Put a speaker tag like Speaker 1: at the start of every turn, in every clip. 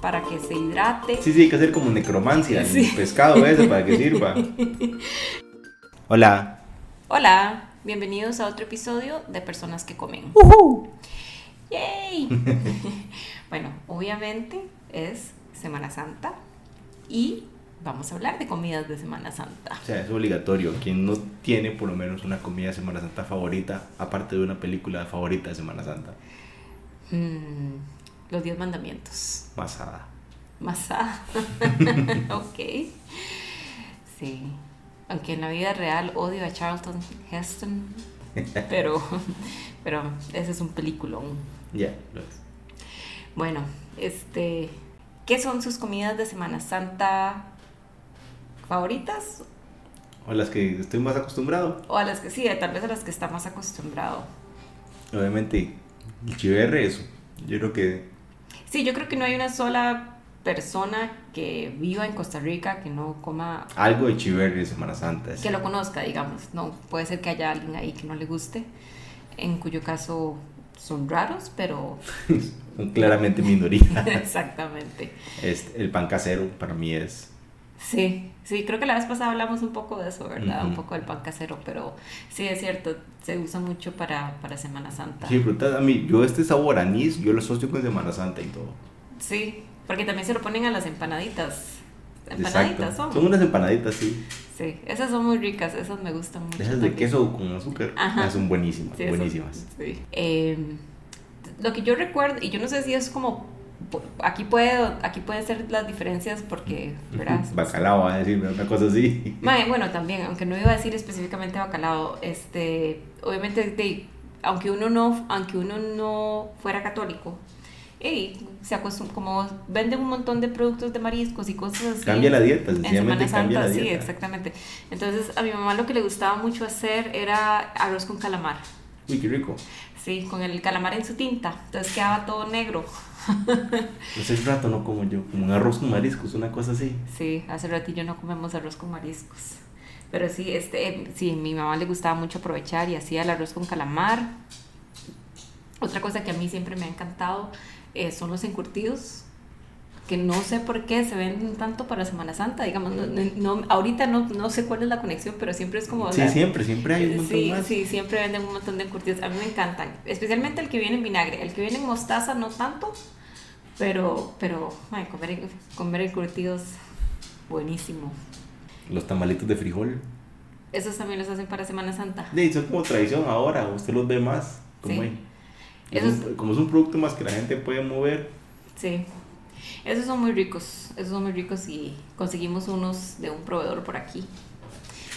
Speaker 1: para que se hidrate.
Speaker 2: Sí, sí, hay que hacer como necromancia en
Speaker 1: Sí.
Speaker 2: el pescado ese para que sirva. Hola.
Speaker 1: Hola, bienvenidos a otro episodio de Personas que Comen. ¡Yay! bueno, obviamente es Semana Santa y vamos a hablar de comidas de Semana Santa.
Speaker 2: O sea, es obligatorio. Quien no tiene por lo menos una comida de Semana Santa favorita, aparte de una película favorita de Semana Santa,
Speaker 1: Mm, los diez mandamientos.
Speaker 2: basada.
Speaker 1: Masada. ok. Sí. Aunque en la vida real odio a Charlton Heston. Pero, pero ese es un peliculón.
Speaker 2: Ya, lo es.
Speaker 1: Bueno, este. ¿Qué son sus comidas de Semana Santa favoritas?
Speaker 2: O las que estoy más acostumbrado.
Speaker 1: O a las que sí, tal vez a las que está más acostumbrado.
Speaker 2: Obviamente, el chiverre, eso. Yo creo que
Speaker 1: Sí, yo creo que no hay una sola persona que viva en Costa Rica que no coma,
Speaker 2: algo de chiverre de Semana Santa. es-
Speaker 1: que lo conozca, digamos. No, puede ser que haya alguien ahí que no le guste, en cuyo caso son raros, pero
Speaker 2: Son claramente minoría.
Speaker 1: exactamente.
Speaker 2: Este, el pan casero para mí es.
Speaker 1: Sí, sí, creo que la vez pasada hablamos un poco de eso, ¿verdad? Un
Speaker 2: Ujú.
Speaker 1: poco del pan casero, pero sí es cierto, se usa mucho para, para Semana Santa.
Speaker 2: Sí,
Speaker 1: Sí.
Speaker 2: frutas, a mí, yo este sabor anís, yo lo asocio con Semana Santa y todo.
Speaker 1: porque también se lo ponen a las empanaditas. Empanaditas
Speaker 2: Exacto.
Speaker 1: son.
Speaker 2: Son unas empanaditas, sí.
Speaker 1: Sí, esas son muy ricas, esas me gustan mucho.
Speaker 2: Esas de
Speaker 1: también.
Speaker 2: queso con azúcar.
Speaker 1: Ajá.
Speaker 2: Esas son buenísimas,
Speaker 1: Sí, eso-
Speaker 2: buenísimas.
Speaker 1: sí. Eh, lo que yo recuerdo, y yo no sé si es como, aquí, puede, aquí pueden ser las diferencias porque, ¿verdad?
Speaker 2: Bacalao, va a decirme una cosa así.
Speaker 1: Mae, bueno, también, aunque no iba a decir específicamente bacalao, este, obviamente, de- aunque uno no, aunque uno no fuera católico, ey, se acostum- como venden un montón de productos de mariscos y cosas así.
Speaker 2: Cambia la dieta,
Speaker 1: En Semana
Speaker 2: sencillamente cambia
Speaker 1: Santa,
Speaker 2: la
Speaker 1: sí,
Speaker 2: dieta.
Speaker 1: exactamente. Entonces, a mi mamá lo que le gustaba mucho hacer era arroz con calamar,
Speaker 2: Uy, qué rico.
Speaker 1: sí, con el calamar en su tinta. Entonces quedaba todo negro.
Speaker 2: Hace Pues rato no como yo, como un arroz con mariscos, una cosa así.
Speaker 1: Sí, hace ratillo no comemos arroz con mariscos. Pero sí, este, eh, sí, mi mamá le gustaba mucho aprovechar y hacía el arroz con calamar. Otra cosa que a mí siempre me ha encantado eh, son los encurtidos, que no sé por qué se venden tanto para Semana Santa, digamos, no- no- no- ahorita no, no sé cuál es la conexión, pero siempre es como...
Speaker 2: Sí,
Speaker 1: la-
Speaker 2: siempre, siempre hay un montón
Speaker 1: Eh, Sí,
Speaker 2: más.
Speaker 1: sí, siempre venden un montón de encurtidos. A mí me encantan, especialmente el que viene en vinagre. El que viene en mostaza no tanto, pero, pero ay, comer, comer encurtidos, buenísimo.
Speaker 2: Los tamalitos de frijol.
Speaker 1: Esos también los hacen para Semana Santa.
Speaker 2: Sí, son como tradición ahora, usted los ve más. Como,
Speaker 1: Sí.
Speaker 2: en-
Speaker 1: Eso
Speaker 2: es un- como es un producto más que la gente puede mover,
Speaker 1: Sí. Esos son muy ricos, esos son muy ricos y conseguimos unos de un proveedor por aquí.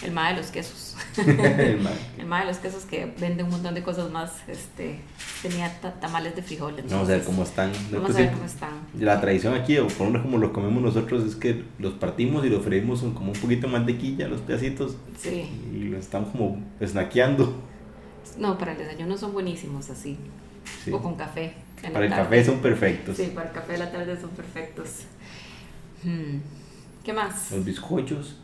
Speaker 1: El ma de los quesos.
Speaker 2: el mar.
Speaker 1: El ma de los quesos que vende un montón de cosas más. Este, tenía ta- tamales de frijoles.
Speaker 2: Vamos a ver cómo están. No,
Speaker 1: Vamos
Speaker 2: pues
Speaker 1: a ver
Speaker 2: sí,
Speaker 1: cómo están.
Speaker 2: La tradición aquí, o por lo menos como los comemos nosotros, es que los partimos y los freímos con como un poquito de mantequilla, los pedacitos,
Speaker 1: Sí.
Speaker 2: y los estamos como snackeando.
Speaker 1: No, para el desayuno son buenísimos así.
Speaker 2: Sí.
Speaker 1: O con café. en la
Speaker 2: Para el
Speaker 1: tarde.
Speaker 2: café son perfectos.
Speaker 1: Sí, para el café de la tarde son perfectos. Hmm, ¿Qué más?
Speaker 2: Los bizcochos,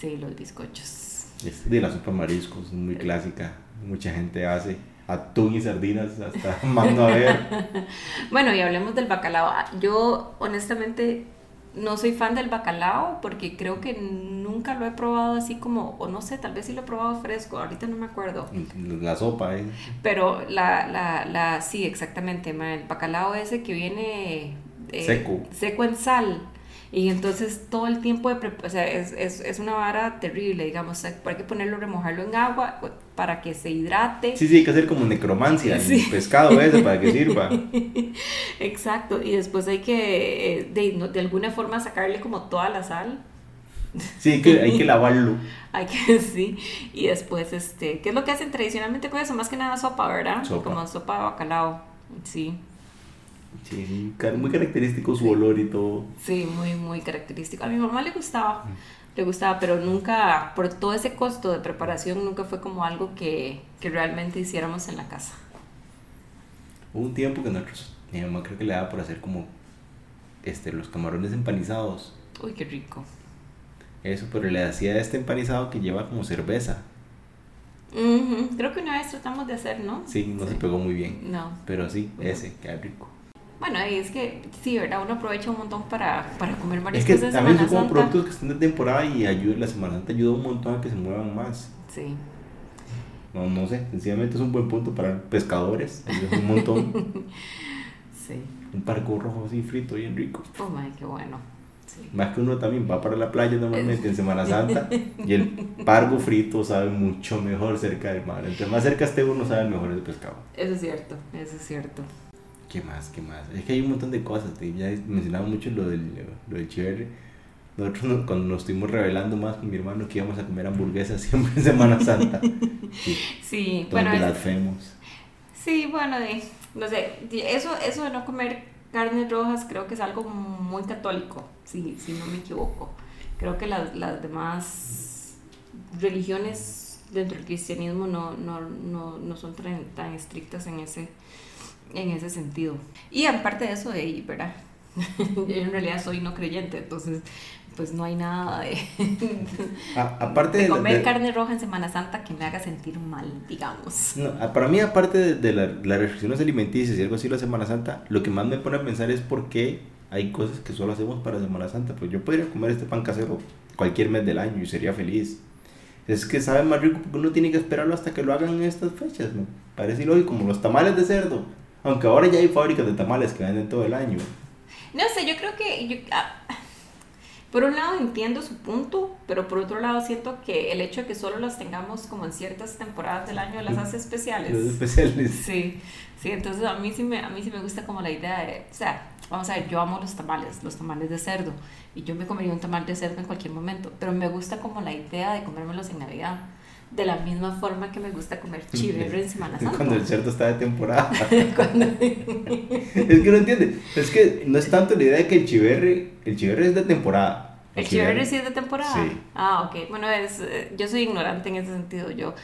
Speaker 1: Sí, los bizcochos.
Speaker 2: es de la sopa mariscos, es muy clásica, mucha gente hace. Atún y sardinas, hasta mando a ver.
Speaker 1: Bueno, y hablemos del bacalao. Ah, Yo honestamente no soy fan del bacalao porque creo que nunca lo he probado así como, o no sé, tal vez sí lo he probado fresco, ahorita no me acuerdo.
Speaker 2: La sopa, ¿eh?
Speaker 1: Pero la, la, la, sí, exactamente, ma, el bacalao ese que viene eh,
Speaker 2: Seco.
Speaker 1: seco en sal. Y entonces todo el tiempo de prep- o sea, es, es, es una vara terrible, digamos, o sea, hay que ponerlo, remojarlo en agua pues, para que se hidrate.
Speaker 2: Sí, sí, hay que hacer como necromancia,
Speaker 1: Sí.
Speaker 2: el pescado ese para que sirva.
Speaker 1: Exacto, y después hay que eh, de, no- de alguna forma sacarle como toda la sal.
Speaker 2: Sí, hay que, hay que lavarlo.
Speaker 1: Hay que sí, y después este, ¿qué es lo que hacen tradicionalmente con eso? Más que nada sopa, ¿verdad?
Speaker 2: Sopa.
Speaker 1: Como sopa de bacalao. Sí.
Speaker 2: Sí, sí, car- muy característico su olor y todo.
Speaker 1: Sí, muy, muy característico. A mi mamá le gustaba, le gustaba, pero nunca, por todo ese costo de preparación, nunca fue como algo que, que realmente hiciéramos en la casa.
Speaker 2: Hubo un tiempo que nosotros, mi mamá creo que le daba por hacer como este, los camarones empanizados.
Speaker 1: Uy, qué rico.
Speaker 2: Eso, pero le hacía este empanizado que lleva como cerveza.
Speaker 1: Ujú, Creo que una vez tratamos de hacer, ¿no?
Speaker 2: Sí, no se
Speaker 1: Sí.
Speaker 2: pegó muy bien.
Speaker 1: No.
Speaker 2: Pero sí,
Speaker 1: Ujú.
Speaker 2: ese, qué rico.
Speaker 1: Bueno, y es que sí, ¿verdad? Uno aprovecha un montón para, para comer
Speaker 2: Es
Speaker 1: mariscos
Speaker 2: que
Speaker 1: en
Speaker 2: también
Speaker 1: Semana
Speaker 2: son como
Speaker 1: Santa.
Speaker 2: productos que están de temporada y ayuda, la Semana Santa ayuda un montón a que se muevan más.
Speaker 1: Sí.
Speaker 2: No, no sé, sencillamente es un buen punto para pescadores, ayuda un montón.
Speaker 1: Sí.
Speaker 2: un parco rojo así frito, bien rico.
Speaker 1: Oh, madre, qué bueno. Sí.
Speaker 2: Más que uno también va para la playa normalmente en Semana Santa y el pargo frito sabe mucho mejor cerca del mar. Entre más cerca esté uno sabe mejor el pescado.
Speaker 1: Eso es cierto, eso es cierto.
Speaker 2: ¿Qué más? ¿Qué más? Es que hay un montón de cosas. te- Ya mencionaba mucho lo del, lo del chiverre. Nosotros nos- cuando nos estuvimos revelando más con mi hermano que íbamos a comer hamburguesas siempre en Semana Santa. Sí,
Speaker 1: Sí,
Speaker 2: todos
Speaker 1: bueno, es-
Speaker 2: blasfemos.
Speaker 1: sí, bueno, de- no sé, de- eso, eso de no comer carnes rojas creo que es algo muy católico, si, si no me equivoco. Creo que las, las demás religiones dentro del cristianismo no, no, no, no son tan, tan estrictas en ese, en ese sentido. Y aparte de eso, de ahí, ¿verdad? Yo en realidad soy no creyente, entonces pues no hay nada de,
Speaker 2: A- Ah, aparte
Speaker 1: de
Speaker 2: de la-
Speaker 1: comer
Speaker 2: de-
Speaker 1: carne roja en Semana Santa que me haga sentir mal, digamos.
Speaker 2: No, a- para mí, aparte de, de la- las restricciones alimenticias y algo así la Semana Santa, lo que más me pone a pensar es por qué hay cosas que solo hacemos para Semana Santa. Pues yo podría comer este pan casero cualquier mes del año y sería feliz. Es que sabe más rico porque uno tiene que esperarlo hasta que lo hagan en estas fechas. Me parece ilógico, como los tamales de cerdo. Aunque ahora ya hay fábricas de tamales que venden todo el año.
Speaker 1: No sé, yo creo que. yo- ah, por un lado entiendo su punto, pero por otro lado siento que el hecho de que solo las tengamos como en ciertas temporadas del año las hace
Speaker 2: Los
Speaker 1: especiales.
Speaker 2: especiales.
Speaker 1: Sí, sí, entonces a mí sí me, a mí sí me gusta como la idea de. O sea, vamos a ver, yo amo los tamales, los tamales de cerdo, y yo me comería un tamal de cerdo en cualquier momento, pero me gusta como la idea de comérmelos en Navidad. De la misma forma que me gusta comer chiverro en Semana Santa.
Speaker 2: Cuando el cerdo está de temporada. es que no entiende. Es que no es tanto la idea de que el chiverre, el chiverre es de temporada.
Speaker 1: ¿El Chiverre sí es de temporada?
Speaker 2: Sí.
Speaker 1: Ah, ok. Bueno, es, eh, yo soy ignorante en ese sentido. Yo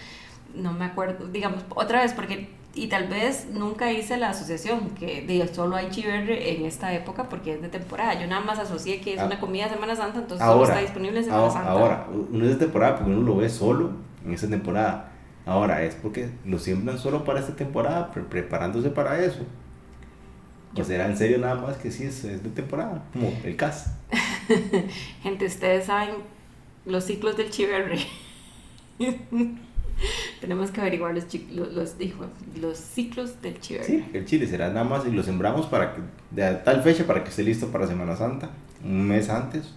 Speaker 1: no me acuerdo, digamos, otra vez, porque, y tal vez nunca hice la asociación, que diga, solo hay Chiverre en esta época porque es de temporada. Yo nada más asocié que es
Speaker 2: Ah.
Speaker 1: una comida de Semana Santa, entonces solo
Speaker 2: ahora,
Speaker 1: está disponible en Semana
Speaker 2: ahora,
Speaker 1: Santa.
Speaker 2: ahora, uno es de temporada porque uno lo ve solo en esa temporada. Ahora es porque lo siembran solo para esta temporada, pre- preparándose para eso. O será en serio nada más que sí es, es de temporada, como el CAS.
Speaker 1: Gente, ustedes saben los ciclos del Chiverre. Tenemos que averiguar los, chi- los, los, dijo, los ciclos del Chiverre.
Speaker 2: Sí, el chile será nada más y lo sembramos para que, de a tal fecha para que esté listo para Semana Santa, un mes antes,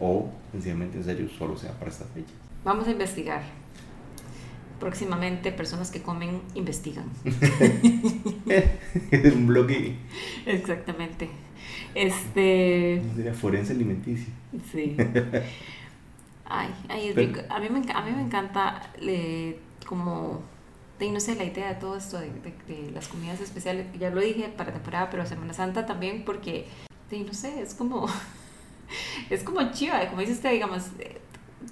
Speaker 2: o sencillamente en serio solo sea para esta fecha.
Speaker 1: Vamos a investigar. Próximamente, personas que comen investigan.
Speaker 2: Es un bloque,
Speaker 1: Exactamente. Este.
Speaker 2: ¿cómo diría? forense alimenticia.
Speaker 1: Sí. Ay, ay, es
Speaker 2: Pero-
Speaker 1: rico. A mí me, enca- a mí me encanta, eh, como. de, no sé, la idea de todo esto, de, de- de las comidas especiales. Ya lo dije para temporada, pero Semana Santa también, porque. de, no sé, es como. Es como chiva, como dice usted, digamos. eh,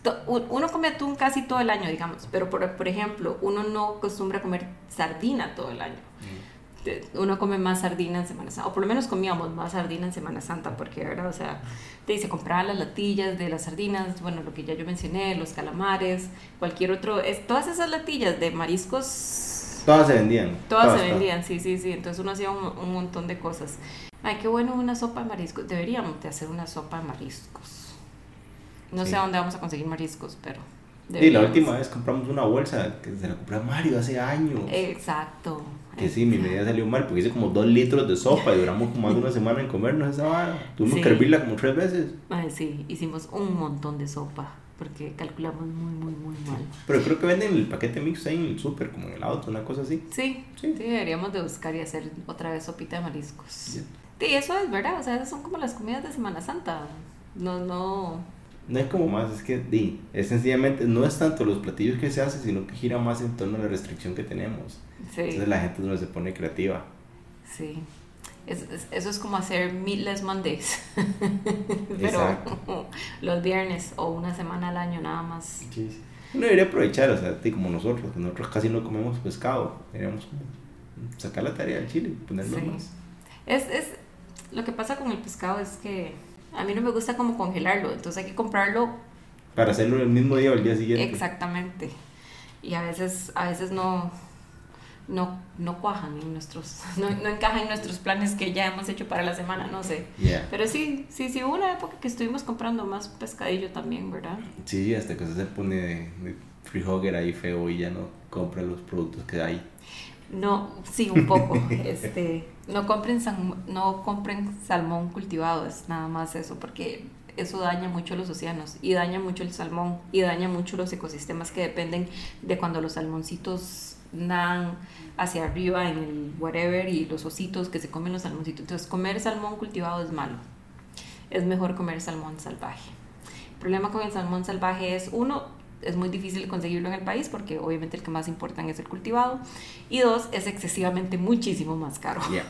Speaker 1: to- u- Uno come atún casi todo el año, digamos, pero por, por ejemplo, uno no acostumbra a comer sardina todo el año. Te- uno come más sardina en Semana Santa, o por lo menos comíamos más sardina en Semana Santa, porque, ¿verdad? O sea, te dice, compraba las latillas de las sardinas, bueno, lo que ya yo mencioné, los calamares, cualquier otro, es, todas esas latillas de mariscos,
Speaker 2: Todas se vendían.
Speaker 1: todas se vendían, sí, sí, sí, entonces uno hacía un, un montón de cosas. Ay, qué bueno una sopa de mariscos, deberíamos de hacer una sopa de mariscos. No
Speaker 2: Sí.
Speaker 1: sé a dónde vamos a conseguir mariscos, pero...
Speaker 2: Y la
Speaker 1: deberíamos.
Speaker 2: última vez compramos una bolsa que se la compró a Mario hace años.
Speaker 1: Eh, Exacto.
Speaker 2: que sí, mi medida salió mal porque hice como dos litros de sopa y duramos como más de una semana en comernos esa vara. Tuvimos
Speaker 1: Sí.
Speaker 2: que hervirla como tres veces.
Speaker 1: Ay, Ah, sí, hicimos un montón de sopa porque calculamos muy, muy, muy mal.
Speaker 2: Pero creo que venden el paquete mix ahí en el súper, como en el auto, una cosa así.
Speaker 1: Sí, sí,
Speaker 2: Sí.
Speaker 1: deberíamos de buscar y hacer otra vez sopita de mariscos. Sí, eso es verdad, o sea, esas son como las comidas de Semana Santa. No, no.
Speaker 2: No es como más, es que di, es sencillamente, no es tanto los platillos que se hacen, sino que gira más en torno a la restricción que tenemos.
Speaker 1: Sí,
Speaker 2: Entonces la gente no se pone creativa.
Speaker 1: sí. Es- es- eso es como hacer Meatless Mondays. Pero
Speaker 2: Exacto.
Speaker 1: los viernes o una semana al año nada más.
Speaker 2: Uno debería aprovechar, o sea, di, como nosotros, que nosotros casi no comemos pescado, deberíamos como sacar la tarea del chile, ponerlo
Speaker 1: Sí.
Speaker 2: más.
Speaker 1: Es, es, lo que pasa con el pescado es que a mí no me gusta como congelarlo, entonces hay que comprarlo
Speaker 2: Para hacerlo el mismo día o el día siguiente.
Speaker 1: Exactamente. Y a veces, a veces no, no, no cuajan en nuestros, no, no encajan en nuestros planes que ya hemos hecho para la semana, no sé.
Speaker 2: Yeah.
Speaker 1: Pero sí, sí, sí, hubo una época que estuvimos comprando más pescadillo también, ¿verdad?
Speaker 2: Sí, hasta que se pone de, de free hugger ahí feo y ya no compra los productos que hay.
Speaker 1: No, sí, un poco. este, no compren san- no compren salmón cultivado, es nada más eso, porque eso daña mucho los océanos y daña mucho el salmón y daña mucho los ecosistemas que dependen de cuando los salmoncitos nadan hacia arriba en el whatever y los ositos que se comen los salmoncitos. Entonces, comer salmón cultivado es malo. Es mejor comer salmón salvaje. El problema con el salmón salvaje es uno, es muy difícil conseguirlo en el país porque obviamente el que más importan es el cultivado y dos, es excesivamente muchísimo más caro.
Speaker 2: Yeah.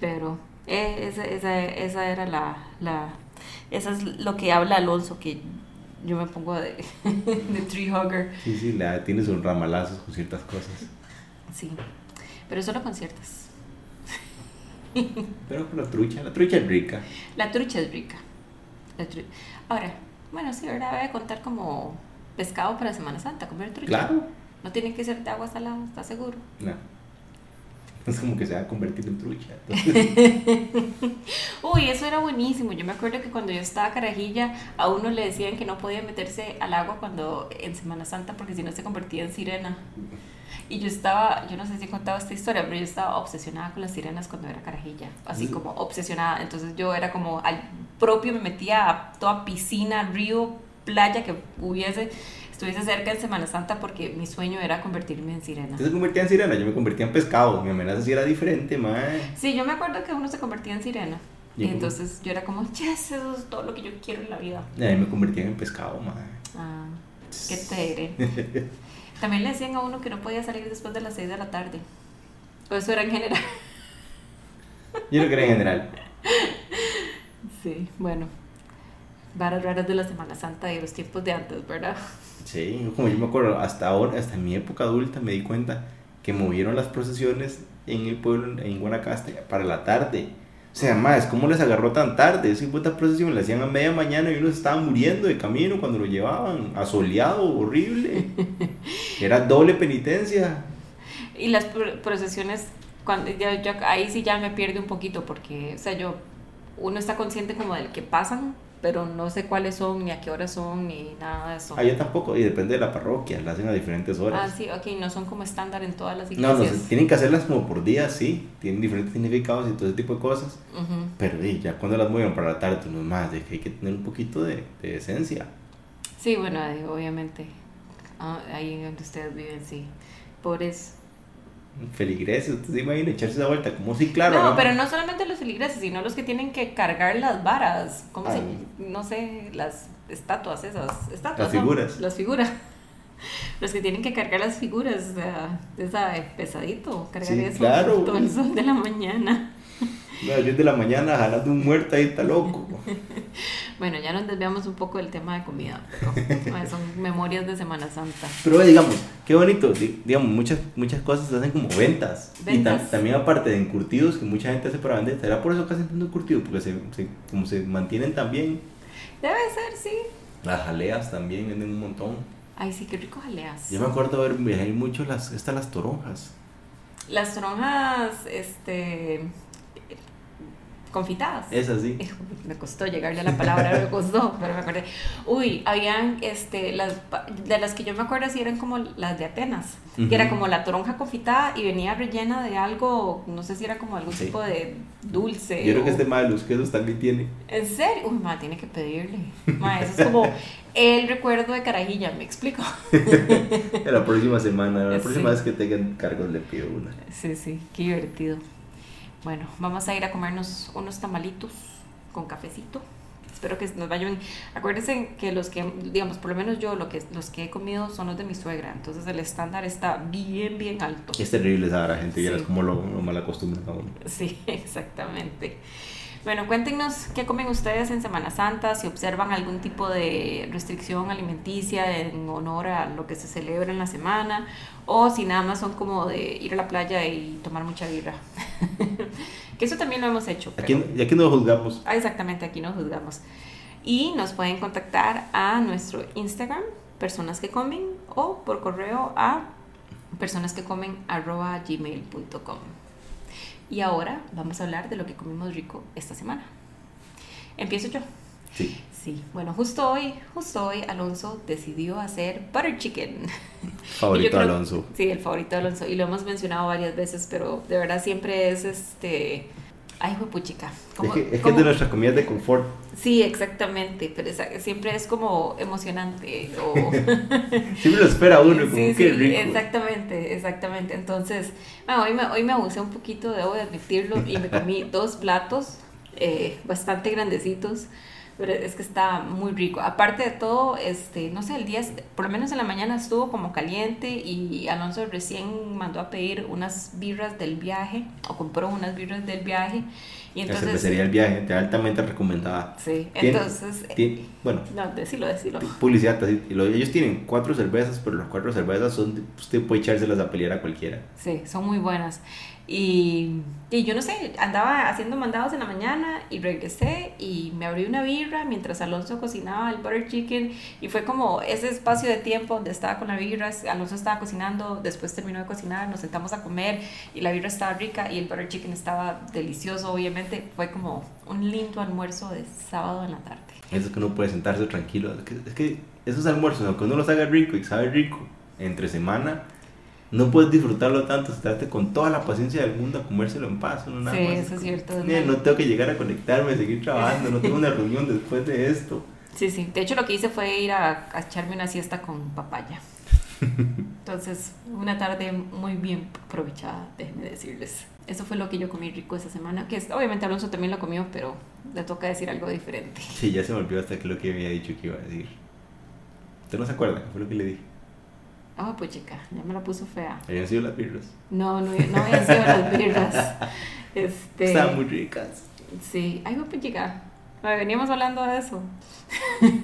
Speaker 1: Pero eh, esa, esa, esa era la, la... Esa es lo que habla Alonso, que yo me pongo de, de tree hugger.
Speaker 2: Sí, sí, la, tiene sus ramalazos con ciertas cosas.
Speaker 1: Sí, pero solo con ciertas.
Speaker 2: Pero con la trucha, la trucha es rica.
Speaker 1: La trucha es rica. La tru- Ahora, bueno, sí, ¿verdad? Voy a contar como pescado para Semana Santa, comer trucha.
Speaker 2: Claro.
Speaker 1: No tiene que ser de agua salada, ¿estás seguro?
Speaker 2: No. Es como que se va a convertir en trucha. Entonces,
Speaker 1: Uy, eso era buenísimo. Yo me acuerdo que cuando yo estaba carajilla, a uno le decían que no podía meterse al agua cuando en Semana Santa porque si no se convertía en sirena. Y yo estaba, yo no sé si he contado esta historia, pero yo estaba obsesionada con las sirenas cuando era carajilla, así
Speaker 2: Mm.
Speaker 1: como obsesionada. Entonces yo era como al propio me metía a toda piscina, río, playa que hubiese, estuviese cerca en Semana Santa porque mi sueño era convertirme en sirena.
Speaker 2: Entonces se convertía en sirena, yo me convertía en pescado. Mi amenaza sí era diferente, mae.
Speaker 1: Sí, yo me acuerdo que uno se convertía en sirena.
Speaker 2: ¿Y
Speaker 1: Y
Speaker 2: cómo?
Speaker 1: entonces yo era como, yes, eso es todo lo que yo quiero en la vida.
Speaker 2: Y A mí me convertía en pescado, mae.
Speaker 1: Ah, qué tere. También le decían a uno que no podía salir después de las 6 de la tarde. O eso era en general.
Speaker 2: Yo no quería en general.
Speaker 1: Sí, bueno. Varas raras de la Semana Santa y los tiempos de antes, ¿verdad?
Speaker 2: Sí, como yo me acuerdo, hasta ahora, hasta en mi época adulta me di cuenta que movieron las procesiones en el pueblo, en Guanacaste, para la tarde. O sea, más, ¿cómo les agarró tan tarde? Esa puta procesión la hacían a media mañana y uno se estaba muriendo de camino cuando lo llevaban, asoleado, horrible. Era doble penitencia.
Speaker 1: Y las pro- procesiones, cuando, ya- ya- ahí sí ya me pierde un poquito porque, o sea, yo, uno está consciente como del que pasan, pero no sé cuáles son, ni a qué horas son, ni nada de eso.
Speaker 2: Allá Ah, tampoco, y depende de la parroquia, la hacen a diferentes
Speaker 1: Ah,
Speaker 2: horas.
Speaker 1: sí, ok, no son como estándar en todas las
Speaker 2: No,
Speaker 1: iglesias.
Speaker 2: no, se- tienen que hacerlas como por día, sí, tienen diferentes significados y todo ese tipo de cosas.
Speaker 1: Ujú.
Speaker 2: Pero ey, ya cuando las mueven para la tarde, no es más, de que hay que tener un poquito de, de esencia.
Speaker 1: Sí, bueno, ahí, obviamente. Ah, ahí donde ustedes viven, sí. Pobres.
Speaker 2: Feligreses, ustedes se imaginan echarse esa vuelta, como sí, claro.
Speaker 1: no, pero no solamente los feligreses, sino los que tienen que cargar las varas. ¿Cómo se
Speaker 2: Ay.
Speaker 1: No sé, las estatuas esas. Estatuas,
Speaker 2: Las
Speaker 1: ¿no?
Speaker 2: figuras.
Speaker 1: Las figuras. Los que tienen que cargar las figuras. o sea, esa, es pesadito. Cargar
Speaker 2: Sí,
Speaker 1: eso
Speaker 2: claro.
Speaker 1: todo el sol de la mañana.
Speaker 2: A las 10 de la mañana jalando un muerto ahí, está loco.
Speaker 1: Bueno, ya nos desviamos un poco del tema de comida, pero ay, son memorias de Semana Santa.
Speaker 2: Pero eh, digamos, qué bonito, di- digamos, muchas, muchas cosas se hacen como ventas. Y tam-
Speaker 1: Ventas.
Speaker 2: también aparte de encurtidos que mucha gente hace para vender, será por eso que hacen tanto encurtido, porque se, se- como se mantienen también.
Speaker 1: Debe ser, sí.
Speaker 2: Las jaleas también venden un montón.
Speaker 1: Ay, sí, qué rico jaleas.
Speaker 2: Yo me acuerdo ver viajar mucho las, estas las toronjas.
Speaker 1: Las toronjas, este. confitadas.
Speaker 2: Esas sí.
Speaker 1: Me costó llegarle a la palabra, me costó, pero me acordé. Uy, habían, este, las, pa- de las que yo me acuerdo sí eran como las de Atenas,
Speaker 2: Ujú.
Speaker 1: que era como la toronja confitada y venía rellena de algo, no sé si era como algún
Speaker 2: Sí.
Speaker 1: tipo de dulce.
Speaker 2: Yo creo que
Speaker 1: o-
Speaker 2: este mal de los quesos también tiene.
Speaker 1: ¿En serio? Uy, ma, tiene que pedirle. Ma, eso es como el recuerdo de Carajilla, ¿me explico?
Speaker 2: A La próxima semana, la
Speaker 1: Sí.
Speaker 2: próxima vez que tengan cargos le pido una.
Speaker 1: Sí, sí, qué divertido. Bueno, vamos a ir a comernos unos tamalitos con cafecito. Espero que nos vayan. Acuérdense que los que, digamos, por lo menos yo, lo que, los que he comido son los de mi suegra. Entonces el estándar está bien, bien alto.
Speaker 2: Es terrible esa hora, gente, ya
Speaker 1: Sí.
Speaker 2: es como lo, lo mal acostumbran a uno.
Speaker 1: Sí, exactamente. Bueno, cuéntenos qué comen ustedes en Semana Santa, si observan algún tipo de restricción alimenticia en honor a lo que se celebra en la semana, o si nada más son como de ir a la playa y tomar mucha birra. que eso también lo hemos hecho. pero-
Speaker 2: Aquí, y aquí no juzgamos.
Speaker 1: Ah, exactamente, aquí nos juzgamos. Y nos pueden contactar a nuestro Instagram, personas que comen, o por correo a personas que comen arroba gmail.com. Y ahora vamos a hablar de lo que comimos rico esta semana. Empiezo yo.
Speaker 2: Sí.
Speaker 1: Sí, bueno, justo hoy, justo hoy Alonso decidió hacer butter chicken. Y
Speaker 2: Favorito
Speaker 1: yo creo-
Speaker 2: Alonso.
Speaker 1: Sí, el favorito de Alonso. Y lo hemos mencionado varias veces, pero de verdad siempre es este. Ay, juepuchica.
Speaker 2: Es
Speaker 1: Como-
Speaker 2: que, es que es
Speaker 1: como-
Speaker 2: de nuestras comidas de confort.
Speaker 1: Sí, exactamente. Pero esa- siempre es como emocionante. O...
Speaker 2: Siempre lo espera uno, como
Speaker 1: sí,
Speaker 2: que
Speaker 1: sí,
Speaker 2: rico.
Speaker 1: exactamente, exactamente. Entonces, ah, hoy, me, hoy me abusé un poquito, debo de admitirlo, y me comí dos platos eh, bastante grandecitos, pero es que está muy rico. Aparte de todo, este, no sé, el día, est- por lo menos en la mañana estuvo como caliente y Alonso recién mandó a pedir unas birras del viaje, o compró unas birras del viaje, y
Speaker 2: La
Speaker 1: entonces...
Speaker 2: cervecería El Viaje, te- altamente recomendada.
Speaker 1: Sí,
Speaker 2: Tiene-
Speaker 1: entonces... eh,
Speaker 2: Tien- bueno,
Speaker 1: No, decilo, decilo.
Speaker 2: publicidad. así, y lo- Ellos tienen cuatro cervezas, pero las cuatro cervezas son. de- Usted puede echárselas a pelear a cualquiera.
Speaker 1: Sí, son muy buenas. Y, y yo no sé, andaba haciendo mandados en la mañana y regresé y me abrí una birra mientras Alonso cocinaba el butter chicken y fue como ese espacio de tiempo donde estaba con la birra, Alonso estaba cocinando, después terminó de cocinar, nos sentamos a comer y la birra estaba rica y el butter chicken estaba delicioso, obviamente fue como un lindo almuerzo de sábado en la tarde.
Speaker 2: Eso es que uno puede sentarse tranquilo. Es que, es que esos almuerzos, aunque uno los haga rico y sabe rico entre semana, no puedes disfrutarlo tanto. Sentarte con toda la paciencia del mundo a comérselo en paz. uno nada
Speaker 1: Sí,
Speaker 2: más
Speaker 1: eso es
Speaker 2: como,
Speaker 1: cierto, es
Speaker 2: "Nel,
Speaker 1: muy-
Speaker 2: no tengo que llegar a conectarme, seguir trabajando. No tengo una reunión después de esto.
Speaker 1: Sí, sí. De hecho, lo que hice fue ir a, a echarme una siesta con papaya. Entonces, una tarde muy bien aprovechada, déjenme decirles. Eso fue lo que yo comí rico esa semana, que es- obviamente Alonso también lo comió, pero le toca decir algo diferente.
Speaker 2: Sí, ya se me olvidó hasta que lo que había dicho que iba a decir. ¿Usted no se acuerda? ¿Qué fue lo que le dije?
Speaker 1: Ah, pues chica, ya me la puso fea.
Speaker 2: Habían sido las birras.
Speaker 1: No, no, no había sido las birras. Este,
Speaker 2: Estaban muy ricas.
Speaker 1: Sí, ay, pues chica, ay, veníamos hablando de eso.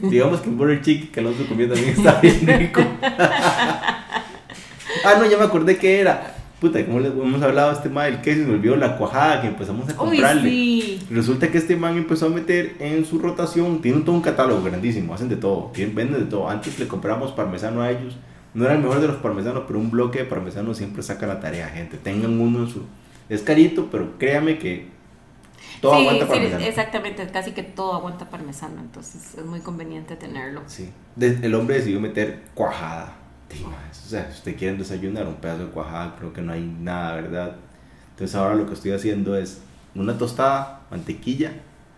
Speaker 2: Digamos que el butter chicken que Alonso comió también estaba bien rico. ah, no, ya me acordé que era. Puta, ¿cómo le hemos hablado a este man del queso? Se me olvidó la cuajada que empezamos a
Speaker 1: Uy,
Speaker 2: comprarle.
Speaker 1: sí.
Speaker 2: Resulta que este man empezó a meter en su rotación, tiene todo un catálogo grandísimo, hacen de todo, tienen, venden de todo. Antes le compramos parmesano a ellos, no era el mejor de los parmesanos, pero un bloque de parmesano siempre saca la tarea, gente. Tengan uno en su. Es carito, pero créame que todo
Speaker 1: sí,
Speaker 2: aguanta
Speaker 1: sí,
Speaker 2: parmesano.
Speaker 1: exactamente, casi que todo aguanta parmesano, entonces es muy conveniente tenerlo.
Speaker 2: Sí. De- el hombre decidió meter cuajada. Te imaginas, O sea, si usted quiere desayunar un pedazo de cuajada, creo que no hay nada, ¿verdad? Entonces ahora lo que estoy haciendo es una tostada, mantequilla,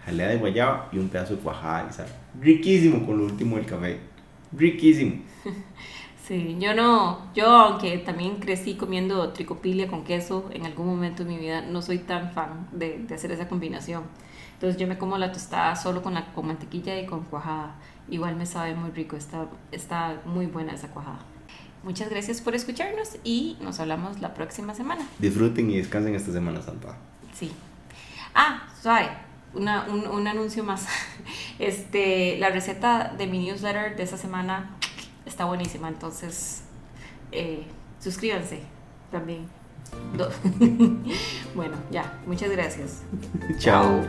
Speaker 2: jalea de guayaba y un pedazo de cuajada y sal. Riquísimo con lo último del café. Riquísimo.
Speaker 1: Sí, yo no, yo aunque también crecí comiendo tricopilia con queso en algún momento de mi vida, no soy tan fan de, de hacer esa combinación. Entonces yo me como la tostada solo con la con mantequilla y con cuajada. Igual me sabe muy rico, está, está muy buena esa cuajada. Muchas gracias por escucharnos y nos hablamos la próxima semana.
Speaker 2: Disfruten y descansen esta Semana Santa.
Speaker 1: Sí. Ah, suave. Una- un, un anuncio más. Este, la receta de mi newsletter de esta semana está buenísima, entonces eh, suscríbanse también. Do- bueno, ya. Muchas gracias.
Speaker 2: Chao.